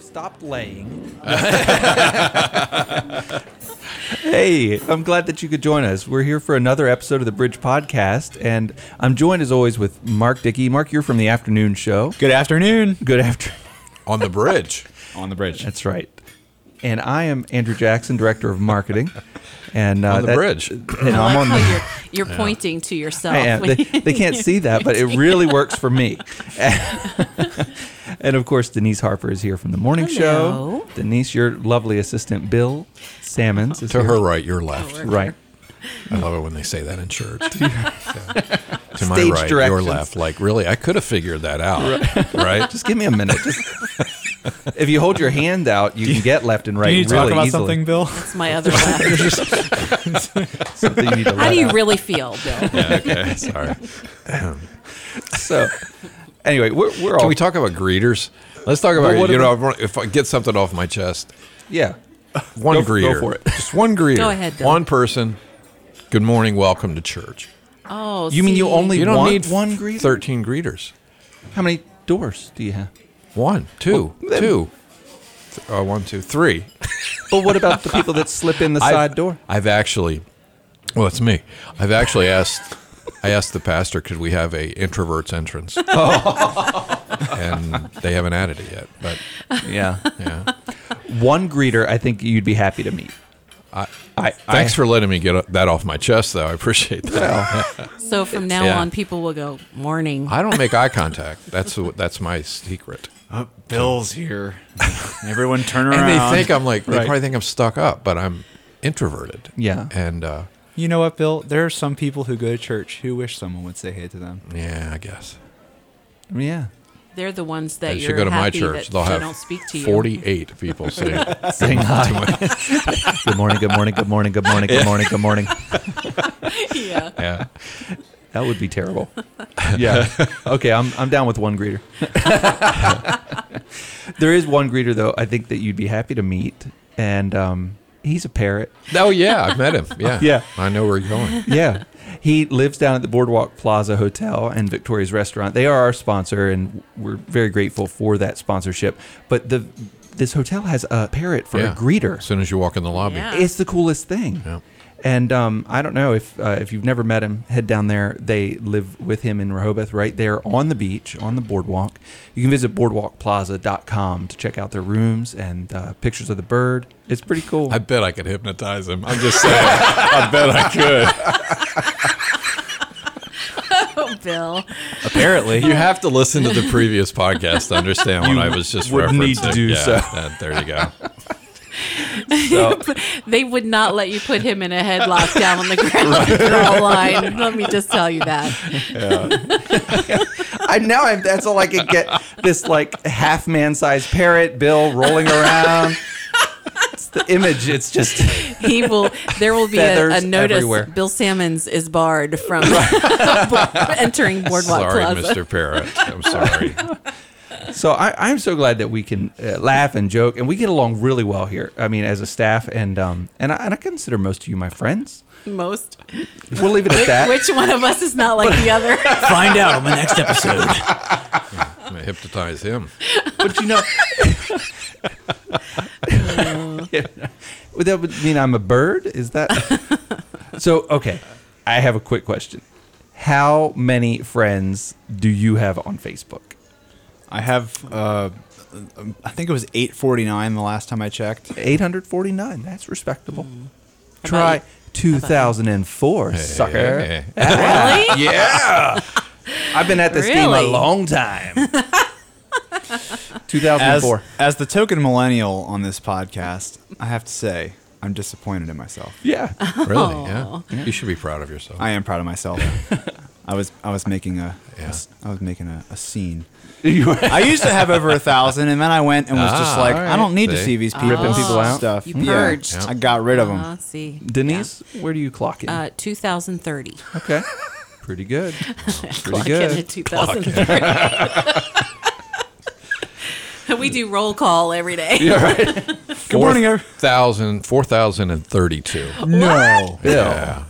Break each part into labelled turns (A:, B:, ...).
A: stopped laying. hey, I'm glad that you could join us. We're here for another episode of the Bridge Podcast, and I'm joined as always with Mark Dickey. Mark, you're from the afternoon show.
B: Good afternoon.
A: Good afternoon.
C: on the bridge.
B: On the bridge.
A: That's right. And I am Andrew Jackson, director of marketing. And uh,
C: On the
A: that-
C: bridge.
A: And
D: I
A: I'm
D: like
A: on
D: how
A: the
D: you're, you're pointing to yourself.
A: I am. They, they can't see that, but it really works for me. and of course, Denise Harper is here from the morning
D: Hello.
A: show. Denise, your lovely assistant, Bill Salmons, is
C: To
A: here.
C: her right, your left.
A: right.
C: I love it when they say that in church. Yeah. To my
A: Stage
C: right, your
A: directions.
C: left. Like, really, I could have figured that out, right?
A: Just give me a minute. Just, if you hold your hand out, you can get left and right
B: Do you need to
A: really
B: talk about
A: easily.
B: something, Bill?
D: That's my other laugh.
A: Something you need to
D: How
A: let
D: do you
A: out.
D: really feel, Bill?
C: okay, sorry.
A: So, anyway, we're, we're all
C: Can we talk about greeters? Let's talk about
A: Well, what
C: you know
A: about-
C: I want- if I get something off my chest.
A: yeah.
C: One
A: Go- go
C: greeter,
A: for it.
C: just one greeter.
D: Go ahead, Bill.
C: One person. Good morning. Welcome to church.
D: Oh,
A: You mean you
D: see.
A: only-
C: You don't
A: want
C: need
A: one greeter?
C: Thirteen greeters.
A: How many doors do you have?
C: One, two,
A: Well, then-
C: two. Th- uh, one, two, three.
A: But what about the people that slip in the side
C: I've,
A: door?
C: I've actually, well, it's me. I've actually asked. I asked the pastor, could we have a introvert's entrance?
A: Oh.
C: and they haven't added it yet. But
A: Yeah.
C: yeah,
A: One greeter, I think you'd be happy to meet. I, I,
C: thanks for letting me get that off my chest, though. I appreciate that.
D: So from now
C: Yeah.
D: on, people will go morning.
C: I don't make eye contact. That's what- that's my secret.
B: Uh, Bill's here. Everyone turn around.
C: And they think I'm like they
B: Right.
C: probably think I'm stuck up, but I'm introverted.
A: Yeah.
C: and uh,
B: you know what, Bill? There are some people who go to church who wish someone would say hey to them.
C: yeah, I guess
A: Yeah.
D: They're the ones that
C: I
D: you're
C: should go to my
D: happy
C: church.
D: that
C: They'll
D: they
C: have
D: don't speak to you.
C: 48 people saying
A: saying hi. good morning, good morning, good morning, good morning, good morning, good morning.
D: yeah.
C: yeah.
A: That would be terrible. Yeah. Okay, I'm I'm down with one greeter. there is one greeter though. I think that you'd be happy to meet, and um, he's a parrot.
C: Oh yeah, I've met him. Yeah,
A: Yeah.
C: I know where you're going.
A: Yeah. He lives down at the Boardwalk Plaza Hotel and Victoria's Restaurant. They are our sponsor, and we're very grateful for that sponsorship. But the this hotel has a parrot for
C: Yeah.
A: a greeter.
C: As soon as you walk in the lobby,
D: Yeah.
A: it's the coolest thing.
C: Yeah.
A: And um, I don't know if uh, if you've never met him, head down there. They live with him in Rehoboth, right there on the beach, on the boardwalk. You can visit boardwalkplaza.com to check out their rooms and uh, pictures of the bird. It's pretty cool.
C: I bet I could hypnotize him. I'm just saying. I bet I could.
D: Oh, Bill.
B: Apparently.
C: You have to listen to the previous podcast to understand what I was just
A: would
C: referencing.
A: need to do
C: yeah,
A: so.
C: that- there you go.
D: They would not let you put him in a headlock down on the ground and draw a line. Let me just tell you that.
A: I now I'm, that's all I can get. This like half man sized parrot, Bill rolling around. it's the image. It's just
D: He will. There will be a, a
A: Feathers
D: notice.
A: everywhere.
D: Bill Salmons is barred from entering Boardwalk
C: sorry,
D: Plaza.
C: Mr. Parrot. I'm sorry.
A: so. I, I'm so glad that we can uh, laugh and joke, and we get along really well here. I mean, as a staff, and um, and I, and I consider most of you my friends.
D: Most.
A: We'll leave it at that.
D: Which one of us is not like the other?
B: Find out on the next episode.
C: I'm gonna hypnotize him.
A: but you know, would that would mean I'm a bird? Is that so? Okay, I have a quick question. How many friends do you have on Facebook?
B: I have, uh, um, I think it was 849 the last time I checked.
A: 849. That's respectable. Try
D: How Hmm. about
A: 2004, sucker.
C: Hey.
D: really?
C: Yeah.
A: I've been at this game a
D: Really?
A: long time. 2004.
B: As, as the token millennial on this podcast, I have to say, I'm disappointed in myself.
A: yeah.
C: Really? Yeah. You should be proud of yourself.
B: I am proud of myself. I was I was making a I
C: Yeah.
B: was- I was making a, a scene.
A: You were-
B: I used to have over a thousand, and then I went and was just
C: Ah,
B: like,
C: all
B: I don't
C: right.
B: need to
C: See?
B: see these people,
A: Ripping people out.
B: stuff.
D: You
B: Yeah.
D: purged.
B: I got rid of them.
D: Uh, let's see.
A: Denise, where do you clock in?
D: Uh, 2030.
A: okay. Pretty good. Pretty
D: Clock in
A: good.
D: at 2030. we do roll call every day.
B: Good morning, everyone.
C: Thousand four thousand and thirty-two.
B: No,
A: Bill.
C: Yeah.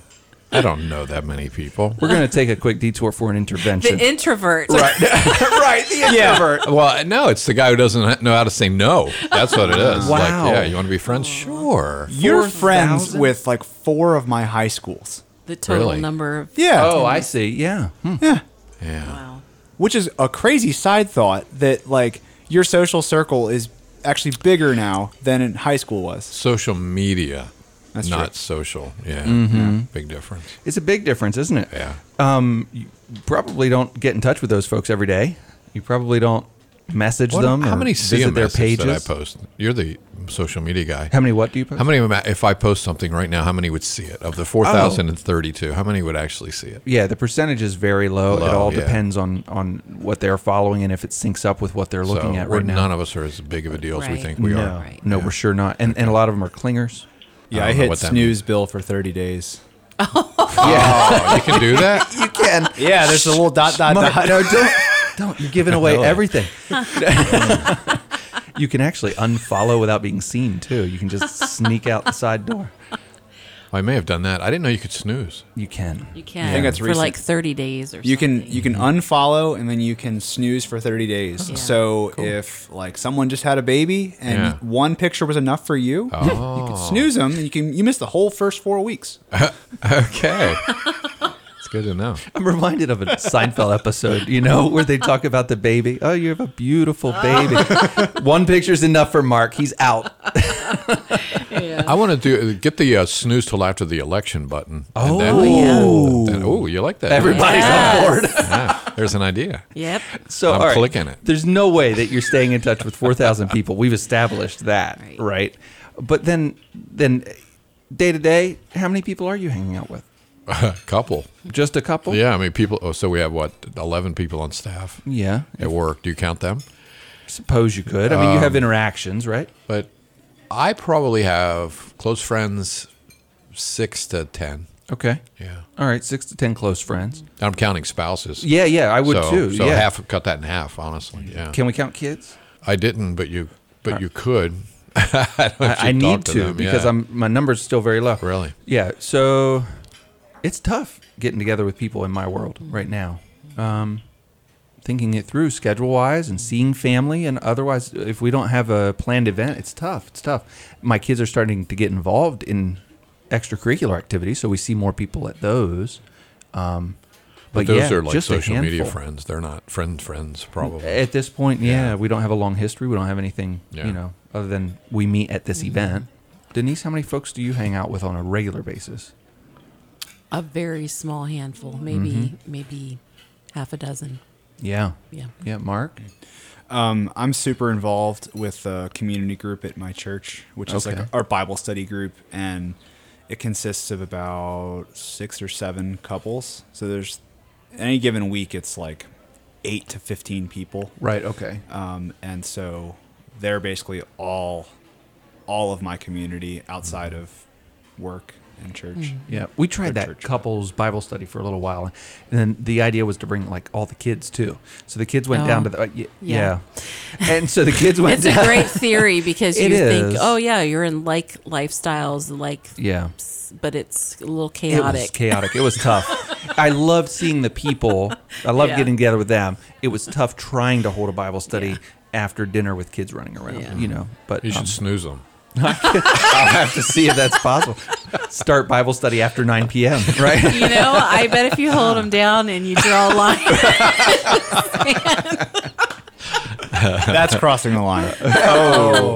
C: I don't know that many people.
A: We're going to take a quick detour for an intervention.
D: The introvert.
A: right. The
B: Yeah.
C: Well, no, it's the guy who doesn't know how to say no. That's what it is. Like,
A: Wow.
C: yeah, you want to be friends? Sure.
B: You're friends
A: 4,000?
B: with like four of my high schools.
D: The total
C: Really?
D: number of.
B: Yeah.
A: Oh, I see. Yeah. Hmm.
C: Yeah.
D: Wow.
B: Which is a crazy side thought that like your social circle is actually bigger now than in high school was.
C: Social media,
B: That's
C: not
B: true.
C: social. Yeah.
A: Mm-hmm.
C: Yeah. Big difference.
A: It's a big difference, isn't it?
C: Yeah.
A: Um, you probably don't get in touch with those folks every day. You probably don't message
C: What-
A: them.
C: how
A: or
C: many see a
A: visit their
C: message
A: pages?
C: that I post? You're the social media guy.
A: How many what do you post?
C: How many, ma- if I post something right now, how many would see it? Of the 4,032, how many would actually see it?
A: Yeah, the percentage is very low. it
C: Low,
A: all
C: yeah.
A: depends on on what they're following and if it syncs up with what they're looking
C: so
A: at
C: we're-
A: right now.
C: None of us are as big of a deal as we
D: Right.
C: think we
A: no,
C: are.
D: Right.
A: no, we're sure not. And and a lot of them are clingers.
B: Yeah,
C: I
B: I,
C: don't know
B: hit
C: what that
B: snooze bill for 30 days.
C: Oh, you can do that?
A: You can.
B: Yeah, there's a little dot dot
A: Mark,
B: dot.
A: no, don't don't. You're giving away everything. you can actually unfollow without being seen too. You can just sneak out the side door.
C: I may have done that. I didn't know you could snooze.
A: You can.
D: You can.
B: think that's
D: for
B: recent.
D: like 30 days or
B: You can
D: something.
B: you can unfollow and then you can snooze for 30 days.
D: Yeah.
B: So if like someone just had a baby and
C: Yeah.
B: one picture was enough for you, you could snooze them and you can you miss the whole first 4 weeks.
C: Okay. it's good to know.
A: I'm reminded of a Seinfeld episode, you know, where they talk about the baby. Oh, you have a beautiful baby. One picture's enough for Mark. He's out.
C: I want to do get the uh, snooze till after the election button. and then-
A: Oh,
C: then- oh, you like that?
A: Everybody's
D: Yes.
A: on board.
C: Yeah, there's an idea.
D: Yep.
A: So
C: I'm
A: all right,
C: clicking it.
A: There's no way that you're staying in touch with 4,000 people. We've established that, right.
D: Right.
A: But then, then day to day, how many people are you hanging out with?
C: Couple.
A: Just a couple?
C: Yeah, I mean, people. Oh, so we have what, 11 people on staff
A: Yeah.
C: at work. Do you count them?
A: Suppose you could. I mean,
C: Um,
A: you have interactions, right?
C: But I probably have close friends six to 10.
A: Okay.
C: Yeah.
A: All right, six to 10 close friends.
C: I'm counting spouses.
A: Yeah, yeah, I would
C: so,
A: too.
C: So
A: yeah.
C: half, cut that in half, honestly. Yeah.
A: Can we count kids?
C: I didn't, but you, but you could. I, don't know if
A: I, I
C: you've
A: need
C: talked
A: to,
C: them,
A: because
C: yeah.
A: I'm my number's still very low.
C: Really?
A: Yeah. So it's tough getting together with people in my world right now. Um, thinking it through schedule wise and seeing family and otherwise if we don't have a planned event it's tough it's tough my kids are starting to get involved in extracurricular activities so we see more people at those um,
C: But, those
A: yeah,
C: are like
A: just a
C: social media
A: handful. Eh,
C: friends. They're not friend friends, probably.
A: At this point, yeah. we don't have a long history. We don't have anything,
C: Yeah.
A: you know, other than we meet at
D: Mm-hmm.
A: this event. Denise, how many folks do you hang out with on a regular basis?
D: A very small handful, maybe maybe half a dozen.
A: Yeah.
D: Yeah.
A: Yeah, Mark?
B: Um, I'm super involved with a community group at my church, which is
A: Okay.
B: like our Bible study group, and it consists of about six or seven couples. So there's any given week, it's like eight to fifteen people,
A: Right, okay.
B: um, and so they're basically all all of my community outside of work and church.
A: Yeah, we tried that
B: church.
A: couples Bible study for a little while, and then the idea was to bring like all the kids too. So the kids went
D: Oh.
A: down to the uh, y- yeah.
D: Yeah.
A: and so the kids went.
D: It's a
A: down,
D: great theory because you
A: It
D: think,
A: is.
D: oh, yeah, you're in like lifestyles, like,
A: yeah.
D: but it's a little
A: It was
D: chaotic.
A: chaotic. It was tough. I loved seeing the people. I loved
D: Yeah.
A: getting together with them. It was tough trying to hold a Bible study after dinner with kids running around.
D: Yeah.
A: You know, but
C: you should
A: um,
C: snooze them.
A: I'll have to see if that's possible. Start Bible study after 9 p.m. Right?
D: you know, I bet if you hold them down and you draw a line,
B: That's crossing the line.
A: Oh.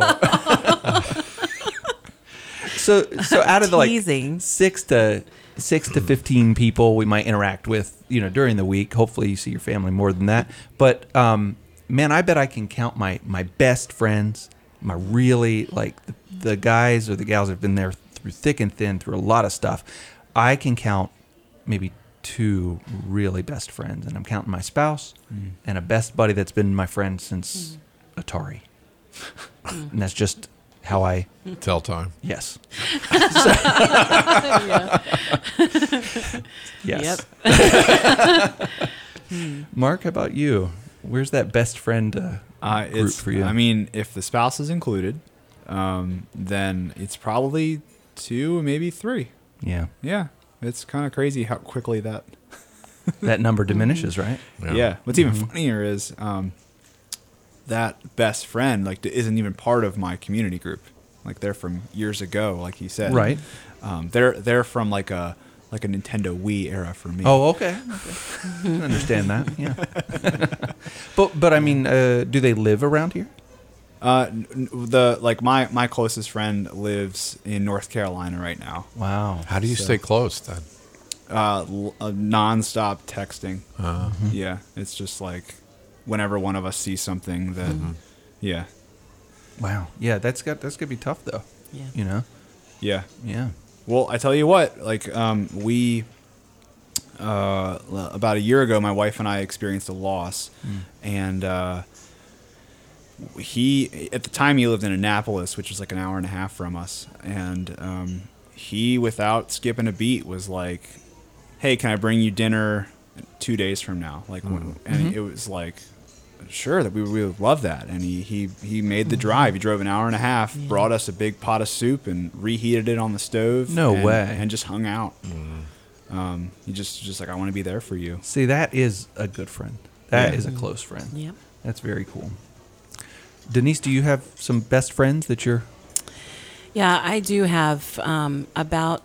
A: So, so out of the like
D: Teasing.
A: six to six to 15 people we might interact with, you know, during the week. Hopefully, you see your family more than that. But um, man, I bet I can count my my best friends, my really like the, the guys or the gals that've been there through thick and thin, through a lot of stuff. I can count maybe two really best friends, and I'm counting my spouse and a best buddy that's been my friend since Atari. and that's just how I
C: Tell time.
A: Yes.
D: yeah.
A: Yes.
D: yep.
A: Hmm. Mark, how about you? Where's that best friend uh,
B: Uh,
A: group
B: it's,
A: for you?
B: I mean, if the spouse is included, um, then it's probably two, maybe three.
A: yeah.
B: Yeah. it's kind of crazy how quickly that.
A: that number diminishes, right?
B: Yeah. What's
A: Mm-hmm.
B: even funnier is um, that best friend like isn't even part of my community group. Like they're from years ago, like he said.
A: Right.
B: Um, they're they're from like a like a Nintendo Wii era for me.
A: Oh, okay. okay. I can understand that. Yeah. but but I mean, uh, do they live around here?
B: Uh, n- n- the like my my closest friend lives in North Carolina right now.
A: Wow.
C: How do you
B: So-
C: stay close then?
B: Uh, l- uh, nonstop texting.
A: Uh-huh.
B: Yeah, it's just like whenever one of us sees something that,
A: Mm-hmm.
B: yeah,
A: Wow. Yeah, that's got that's gonna be tough though.
D: Yeah.
A: You know.
B: yeah.
A: Yeah.
B: Well, I tell you what, like um, we uh, l- about a year ago, my wife and I experienced a loss,
A: Mm.
B: and uh, he at the time he lived in Annapolis, which is like an hour and a half from us, and um, he, without skipping a beat, was like, "Hey, can I bring you dinner two days from now?" Like,
A: Mm.
B: when, and
A: Mm-hmm.
B: it was like. Sure, that we, we would love that, and he he he made the
A: Mm.
B: drive. He drove an hour and a half, brought us a big pot of soup, and reheated it on the stove.
A: No
B: and-
A: way. Mm.
B: and just hung out. Um, he just just like I want to be there for you.
A: See, that is a good friend. That
B: Yeah.
A: is a close friend.
D: Yep.
A: That's very cool. Denise, do you have some best friends that you're?
D: Yeah, I do have um, about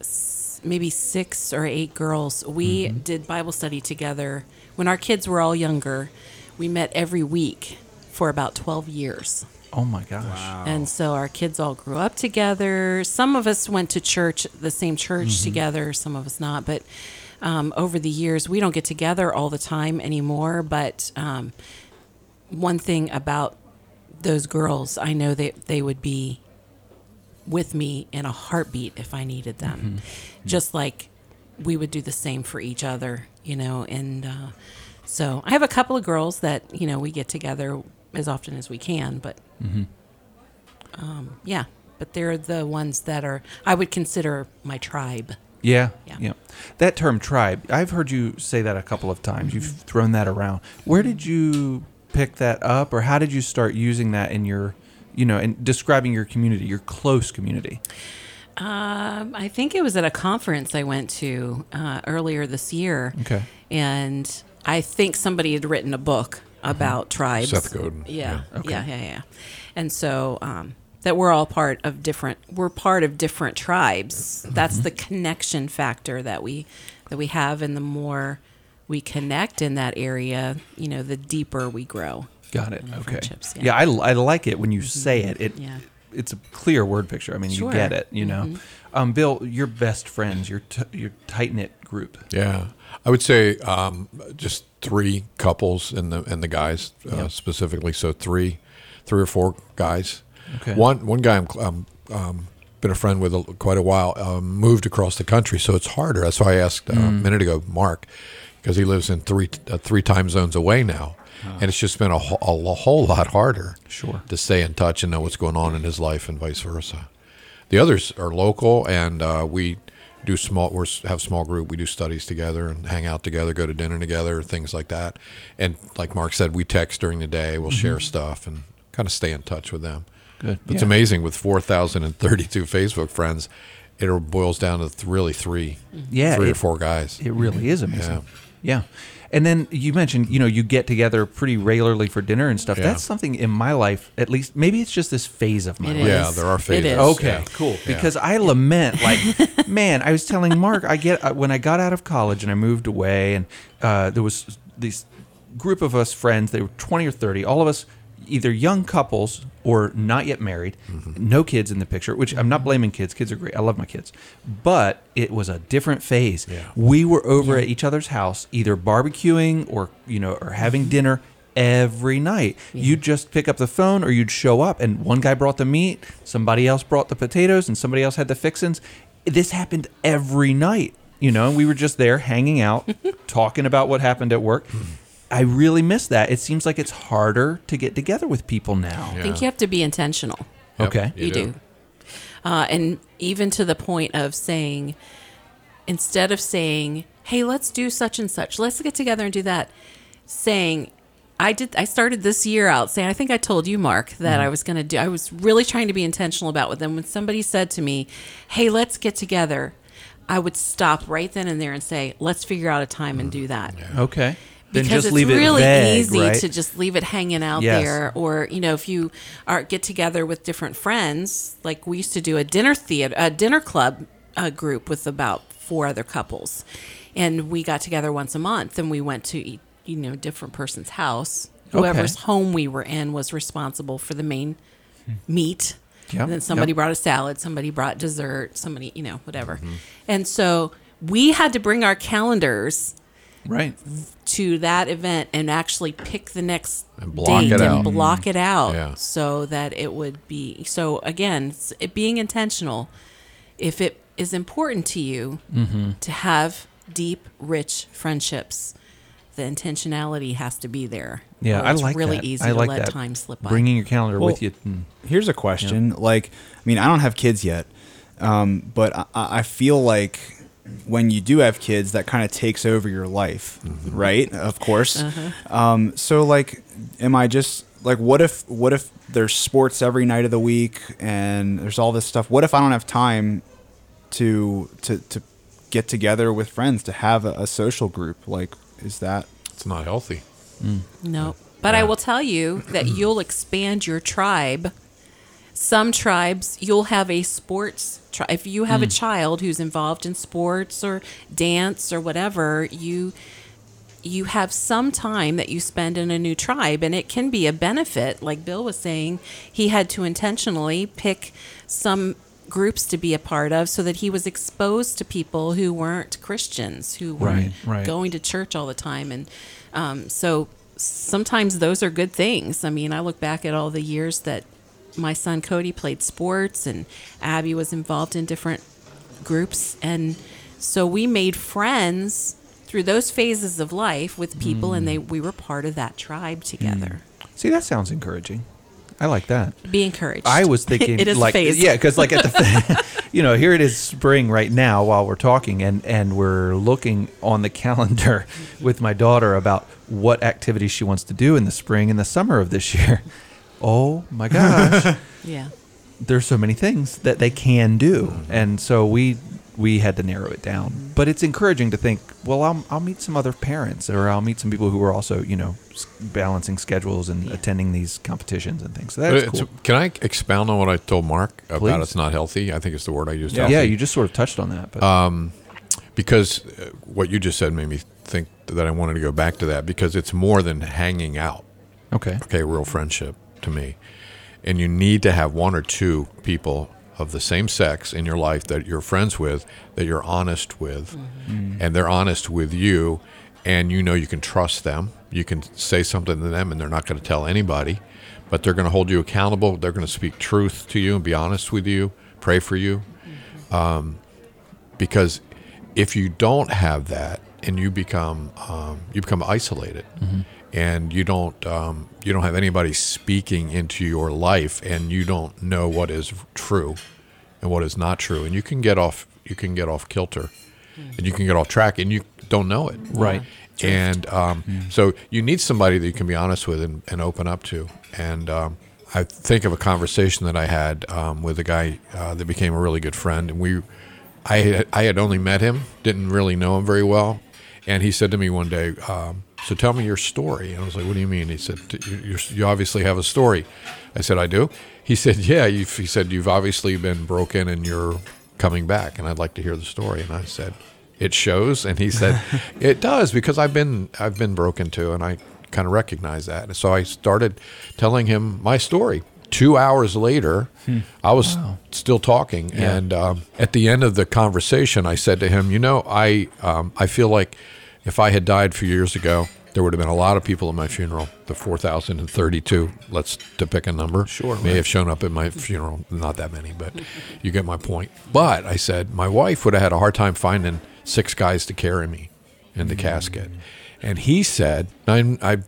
D: s- maybe six or eight girls. We did Bible study together when our kids were all younger. We met every week for about 12 years.
A: Oh my gosh.
D: And so our kids all grew up together. Some of us went to church, the same church together, some of us not. But um, over the years, we don't get together all the time anymore. But um, one thing about those girls, I know that they would be with me in a heartbeat if I needed them. Just like we would do the same for each other, you know. And uh, so I have a couple of girls that, you know, we get together as often as we can, but yeah, but they're the ones that are I would consider my tribe.
A: Yeah, yeah.
D: Yeah.
A: That term tribe, I've heard you say that a couple of times. You've
D: Mm-hmm.
A: thrown that around. Where did you pick that up, or how did you start using that in your, you know, in describing your community, your close community?
D: Um, I think it was at a conference I went to uh, earlier this year.
A: Okay.
D: and I think somebody had written a book about tribes.
C: Mm-hmm. Seth Godin.
D: Yeah, yeah, yeah, yeah, And so um, that we're all part of different. We're part of different tribes.
C: Mm-hmm.
D: That's the connection factor that we that we have, and the more we connect in that area, you know, the deeper we grow.
A: Got it. Okay.
D: Mm-hmm. friendships,
A: Yeah,
D: yeah. Mm-hmm.
A: I, I like it when you say it. It
D: Yeah.
A: it's a clear word picture. I mean,
D: Sure. Mm-hmm.
A: you get it. You know, um, Bill, your best friends, your t- your tight knit group.
C: Yeah, I would say um, just three couples and the and the guys uh, specifically. So three, three or four guys.
A: Okay.
C: One one guy I'm, I'm um, been a friend with a, quite a while. Um, moved across the country, so it's harder. That's why I asked uh,
A: Hmm.
C: a minute ago, Mark, because he lives in three uh, three time zones away now, and it's just been a, wh- a lo- whole lot harder.
A: Ah. Sure.
C: To stay in touch and know what's going on in his life and vice versa. The others are local, and uh, we do small. We have small group. We do studies together and hang out together, go to dinner together, things like that. And like Mark said, we text during the day. We'll share stuff and kind of stay in touch with them.
A: Mm-hmm. Good.
C: It's
A: Yeah.
C: amazing with four thousand and thirty-two Facebook friends. It boils down to th- really three,
A: Yeah,
C: three or
A: it-
C: four guys.
A: It really is amazing. Yeah.
C: Yeah.
A: And then you mentioned, you know, you get together pretty regularly for dinner and stuff.
C: Yeah.
A: That's something in my life, at least. Maybe it's just this phase of my
D: It
A: life.
C: yeah,
D: is.
C: there are
D: It
C: phases.
D: is.
A: Okay,
C: Yeah.
A: cool.
C: Yeah.
A: Because I lament, like, man, I was telling Mark, I get uh, when I got out of college and I moved away, and uh, there was this group of us friends. They were twenty or thirty, all of us, either young couples or not yet married,
C: Mm-hmm.
A: no kids in the picture. Which I'm not blaming kids. Kids are great. I love my kids, but it was a different phase.
C: Yeah.
A: We were over at each other's house, either barbecuing or you know, or
D: Mm-hmm.
A: having dinner every night. You'd just pick up the phone or you'd show up and one guy brought the meat, somebody else brought the potatoes, and somebody else had the fixins. This happened every night, you know, and we were just there hanging out, talking about what happened at work.
D: Hmm.
A: I really miss that. It seems like it's harder to get together with people now.
D: I think
C: Yeah.
D: you have to be intentional.
C: Yep,
A: Okay.
D: You, do. Uh, and even to the point of saying, instead of saying, hey, let's do such and such, let's get together and do that, saying, I did. I started this year out saying. I think I told you, Mark, that I was going to do. I was really trying to be intentional about with them. When somebody said to me, "Hey, let's get together," I would stop right then and there and say, let's figure out a time and do that.
A: Okay. Then
D: because
A: just
D: it's
A: leave
D: really
A: it vague,
D: easy
A: right?
D: to just leave it hanging out
A: Yes.
D: there or you know if you are get together with different friends like we used to do a dinner theater a dinner club uh, group with about four other couples and we got together once a month and we went to eat you know different person's house
A: Okay.
D: whoever's home we were in was responsible for the main meat
A: Yep,
D: and then somebody
A: yep. Mm-hmm.
D: brought a salad somebody brought dessert somebody you know whatever and so we had to bring our calendars
A: right.
D: to that event and actually pick the next
C: And block
D: date
C: it
D: and
C: out.
D: block it out
C: Yeah.
D: so that it would be so again s- it being intentional if it is important to you
A: Mm-hmm.
D: to have deep rich friendships the intentionality has to be there
A: Yeah,
D: or
A: I
D: it's
A: like
D: really
A: that.
D: easy
A: I
D: to
A: like
D: let
A: that.
D: time slip by
A: Bringing your calendar
B: Well,
A: with you. mm,
B: Here's a question. Like, I mean, I don't have kids yet, um, but I, I feel like when you do have kids, that kind of takes over your life, right? Of course. Um, so, like, am I just like, what if, what if there's sports every night of the week and there's all this stuff? What if I don't have time to to to get together with friends to have a, a social group? Like, is that
C: It's not healthy.
D: No. But I will tell you that you'll expand your tribe. Some tribes, you'll have a sports tri If you have a
A: Mm.
D: child who's involved in sports or dance or whatever, you you have some time that you spend in a new tribe and it can be a benefit like bill was saying he had to intentionally pick some groups to be a part of so that he was exposed to people who weren't christians who weren't
A: Right, right.
D: going to church all the time and um, so sometimes those are good things i mean i look back at all the years that my son cody played sports and abby was involved in different groups and so we made friends through those phases of life with people and they we were part of that tribe together
A: See, that sounds encouraging. I like that.
D: be encouraged
A: Mm. I was thinking
D: it is
A: like
D: a phase
A: yeah, because like at the you know here it is spring right now while we're talking and and we're looking on the calendar with my daughter about what activities she wants to do in the spring and the summer of this year. Oh my gosh,
D: yeah
A: there's so many things that they can do, and so we we had to narrow it down. But it's encouraging to think, well, I'll I'll meet some other parents or I'll meet some people who are also you know s- balancing schedules and attending these competitions and things. So that's
C: But
A: cool.
C: it's- Can I expound on what I told Mark about
A: Please.
C: it's not healthy? I think it's the word I used.
B: Yeah.
C: healthy.
A: Yeah, you just sort of touched on that, but
C: because uh, what you just said made me think that I wanted to go back to that because it's more than hanging out.
A: okay,
C: Okay, real friendship to me, and you need to have one or two people of the same sex in your life that you're friends with, that you're honest with, and they're honest with you, and you know you can trust them. You can say something to them, and they're not going to tell anybody, but they're going to hold you accountable. They're going to speak truth to you and be honest with you, pray for you because if you don't have that and you become um, you become isolated and you don't um, you don't have anybody speaking into your life and you don't know what is true and what is not true and you can get off you can get off kilter and you can get off track and you don't know it
A: Right.
C: and um, so you need somebody that you can be honest with and, and open up to and um, i think of a conversation that i had um, with a guy uh, that became a really good friend and we I had, I had only met him didn't really know him very well and he said to me one day um, so tell me your story and i was like what do you mean he said "You- you you obviously have a story i said i do he said yeah you've, he said you've obviously been broken and you're coming back and i'd like to hear the story and i said it shows and he said it does because i've been i've been broken too and i kind of recognize that and so i started telling him my story two hours later i was still talking and um, at the end of the conversation i said to him you know i um, i feel like if i had died a few years ago there would have been a lot of people at my funeral the 4032 let's to pick a number sure may have shown up at my funeral not that many but you get my point but i said my wife would have had a hard time finding six guys to carry me in the casket and he said I'm, I-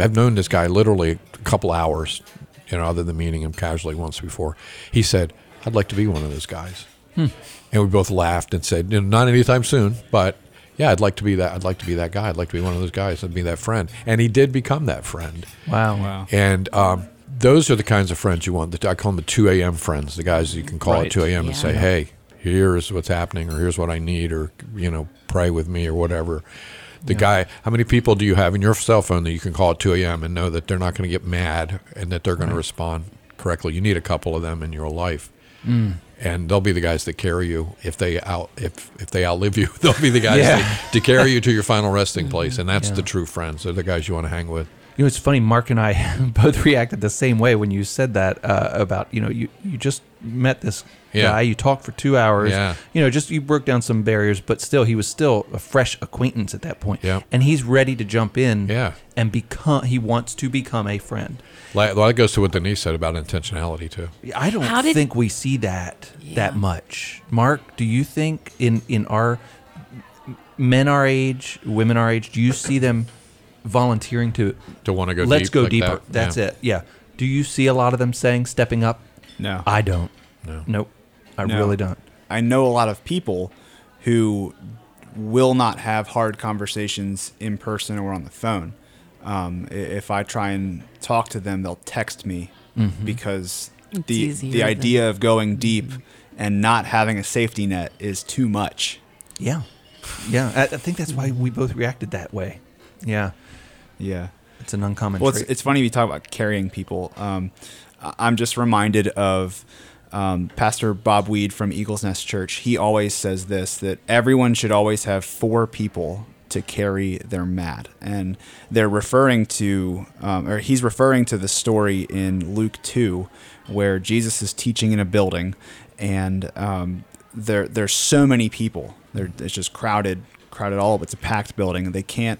C: i've known this guy literally a couple hours you know other than meeting him casually once before he said i'd like to be one of those guys and we both laughed and said, "You know, "Not anytime soon, but yeah, I'd like to be that. I'd like to be that guy. I'd like to be one of those guys. I'd be that friend." And he did become that friend.
A: wow,
C: And um, those are the kinds of friends you want. I call them the two a.m. friends, the guys you can call
A: Right.
C: at two a.m.
D: Yeah.
C: and say, "Hey, here's what's happening or here's what I need or you know pray with me or whatever. The guy, how many people do you have in your cell phone that you can call at 2 a.m. and know that they're not going to get mad and that they're going to respond correctly? You need a couple of them in your life,
A: Mm.
C: and they'll be the guys that carry you if they out if if they outlive you. They'll be the guys
A: Yeah.
C: that, to carry you to your final resting place, and that's
A: Yeah.
C: the true friends. They're the guys you want to hang with.
A: You know, it's funny. Mark and I both reacted the same way when you said that uh, about you know you you just met this
C: Yeah.
A: guy, you talked for two hours,
C: Yeah.
A: you know, just you broke down some barriers, but still he was still a fresh acquaintance at that point,
C: Yeah.
A: and he's ready to jump in,
C: Yeah.
A: and become he wants to become a friend.
C: Like, well, that goes to what Denise said about intentionality too.
A: I don't
D: How did-
A: think we see that
D: Yeah.
A: that much. Mark, do you think in in our men our age, women our age, do you see them volunteering to
C: To want to go.
A: let's
C: deep
A: go
C: like
A: deeper?
C: that.
A: That's
C: Yeah.
A: it. Yeah. Do you see a lot of them saying stepping up?
B: No.
A: I don't.
C: No.
A: Nope. I
B: No.
A: really don't.
B: I know a lot of people who will not have hard conversations in person or on the phone. Um, i- if I try and talk to them, they'll text me
C: Mm-hmm.
B: because
D: Mm-hmm. It's
B: the
D: easier
B: the
D: than- Mm-hmm.
B: idea of going deep and not having a safety net is too much.
A: Yeah. Yeah. I, I think that's why we both reacted that way. Yeah.
B: Yeah.
A: It's an uncommon
B: Well, it's,
A: trait.
B: it's funny we talk about carrying people. Um, I- I'm just reminded of um, Pastor Bob Weed from Eagles Nest Church. He always says this that everyone should always have four people to carry their mat, and they're referring to, um, or he's referring to the story in Luke two, where Jesus is teaching in a building, and um, there there's so many people. There, it's just crowded, crowded all. It's a packed building. They can't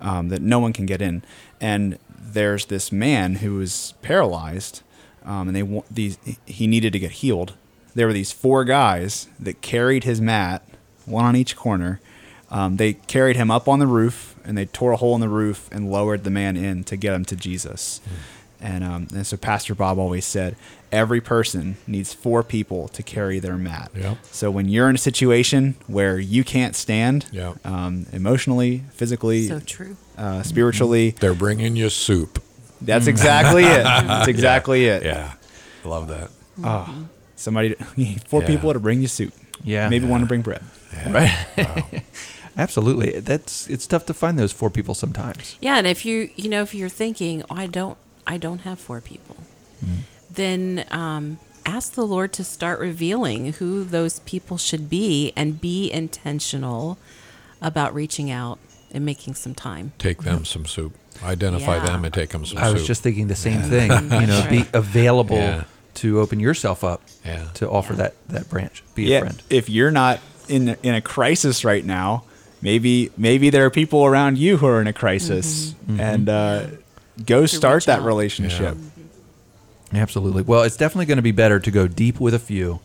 B: um, that no one can get in. And there's this man who was paralyzed, um, and they wa- these he needed to get healed. There were these four guys that carried his mat, one on each corner. Um, they carried him up on the roof, and they tore a hole in the roof and lowered the man in to get him to Jesus.
C: Hmm.
B: And, um, and so Pastor Bob always said, every person needs four people to carry their mat.
C: Yep.
B: So when you're in a situation where you can't stand,
C: Yep.
B: um, emotionally, physically,
D: So true.
B: uh, spiritually.
C: They're bringing you soup.
B: That's exactly it. That's exactly it.
C: Mm-hmm. Yeah, I love that.
B: Somebody, four
C: Yeah.
B: people to bring you soup.
A: Ah. Yeah.
B: Maybe one to bring bread.
A: Absolutely. That's it's tough to find those four people sometimes.
D: Yeah, and if you you know if you're thinking, oh, I don't I don't have four people, then um, ask the Lord to start revealing who those people should be, and be intentional about reaching out and making some time.
C: Take them some soup. Identify
D: Yeah.
C: them and take them some
A: I
C: soup.
A: was just thinking the same thing. You know, be available
C: Yeah.
A: to open yourself up
C: Yeah.
A: to offer that that branch. Be a
B: Yeah.
A: friend.
B: If you're not in in a crisis right now, maybe maybe there are people around you who are in a crisis,
A: Mm-hmm.
B: and uh, go start
D: reach
B: that
D: out.
B: relationship.
A: Absolutely. Well, it's definitely going to be better to go deep with a few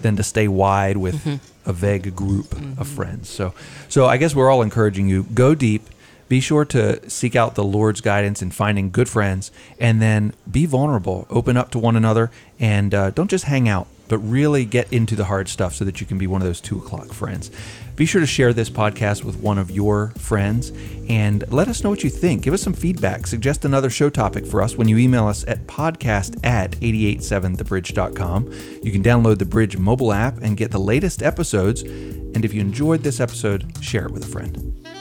A: than to stay wide with a vague group of friends. So, so I guess we're all encouraging you go deep. Be sure to seek out the Lord's guidance in finding good friends, and then be vulnerable. Open up to one another, and uh, don't just hang out, but really get into the hard stuff so that you can be one of those two o'clock friends. Be sure to share this podcast with one of your friends and let us know what you think. Give us some feedback. Suggest another show topic for us when you email us at podcast at 887thebridge.com. You can download the Bridge mobile app and get the latest episodes. And if you enjoyed this episode, share it with a friend.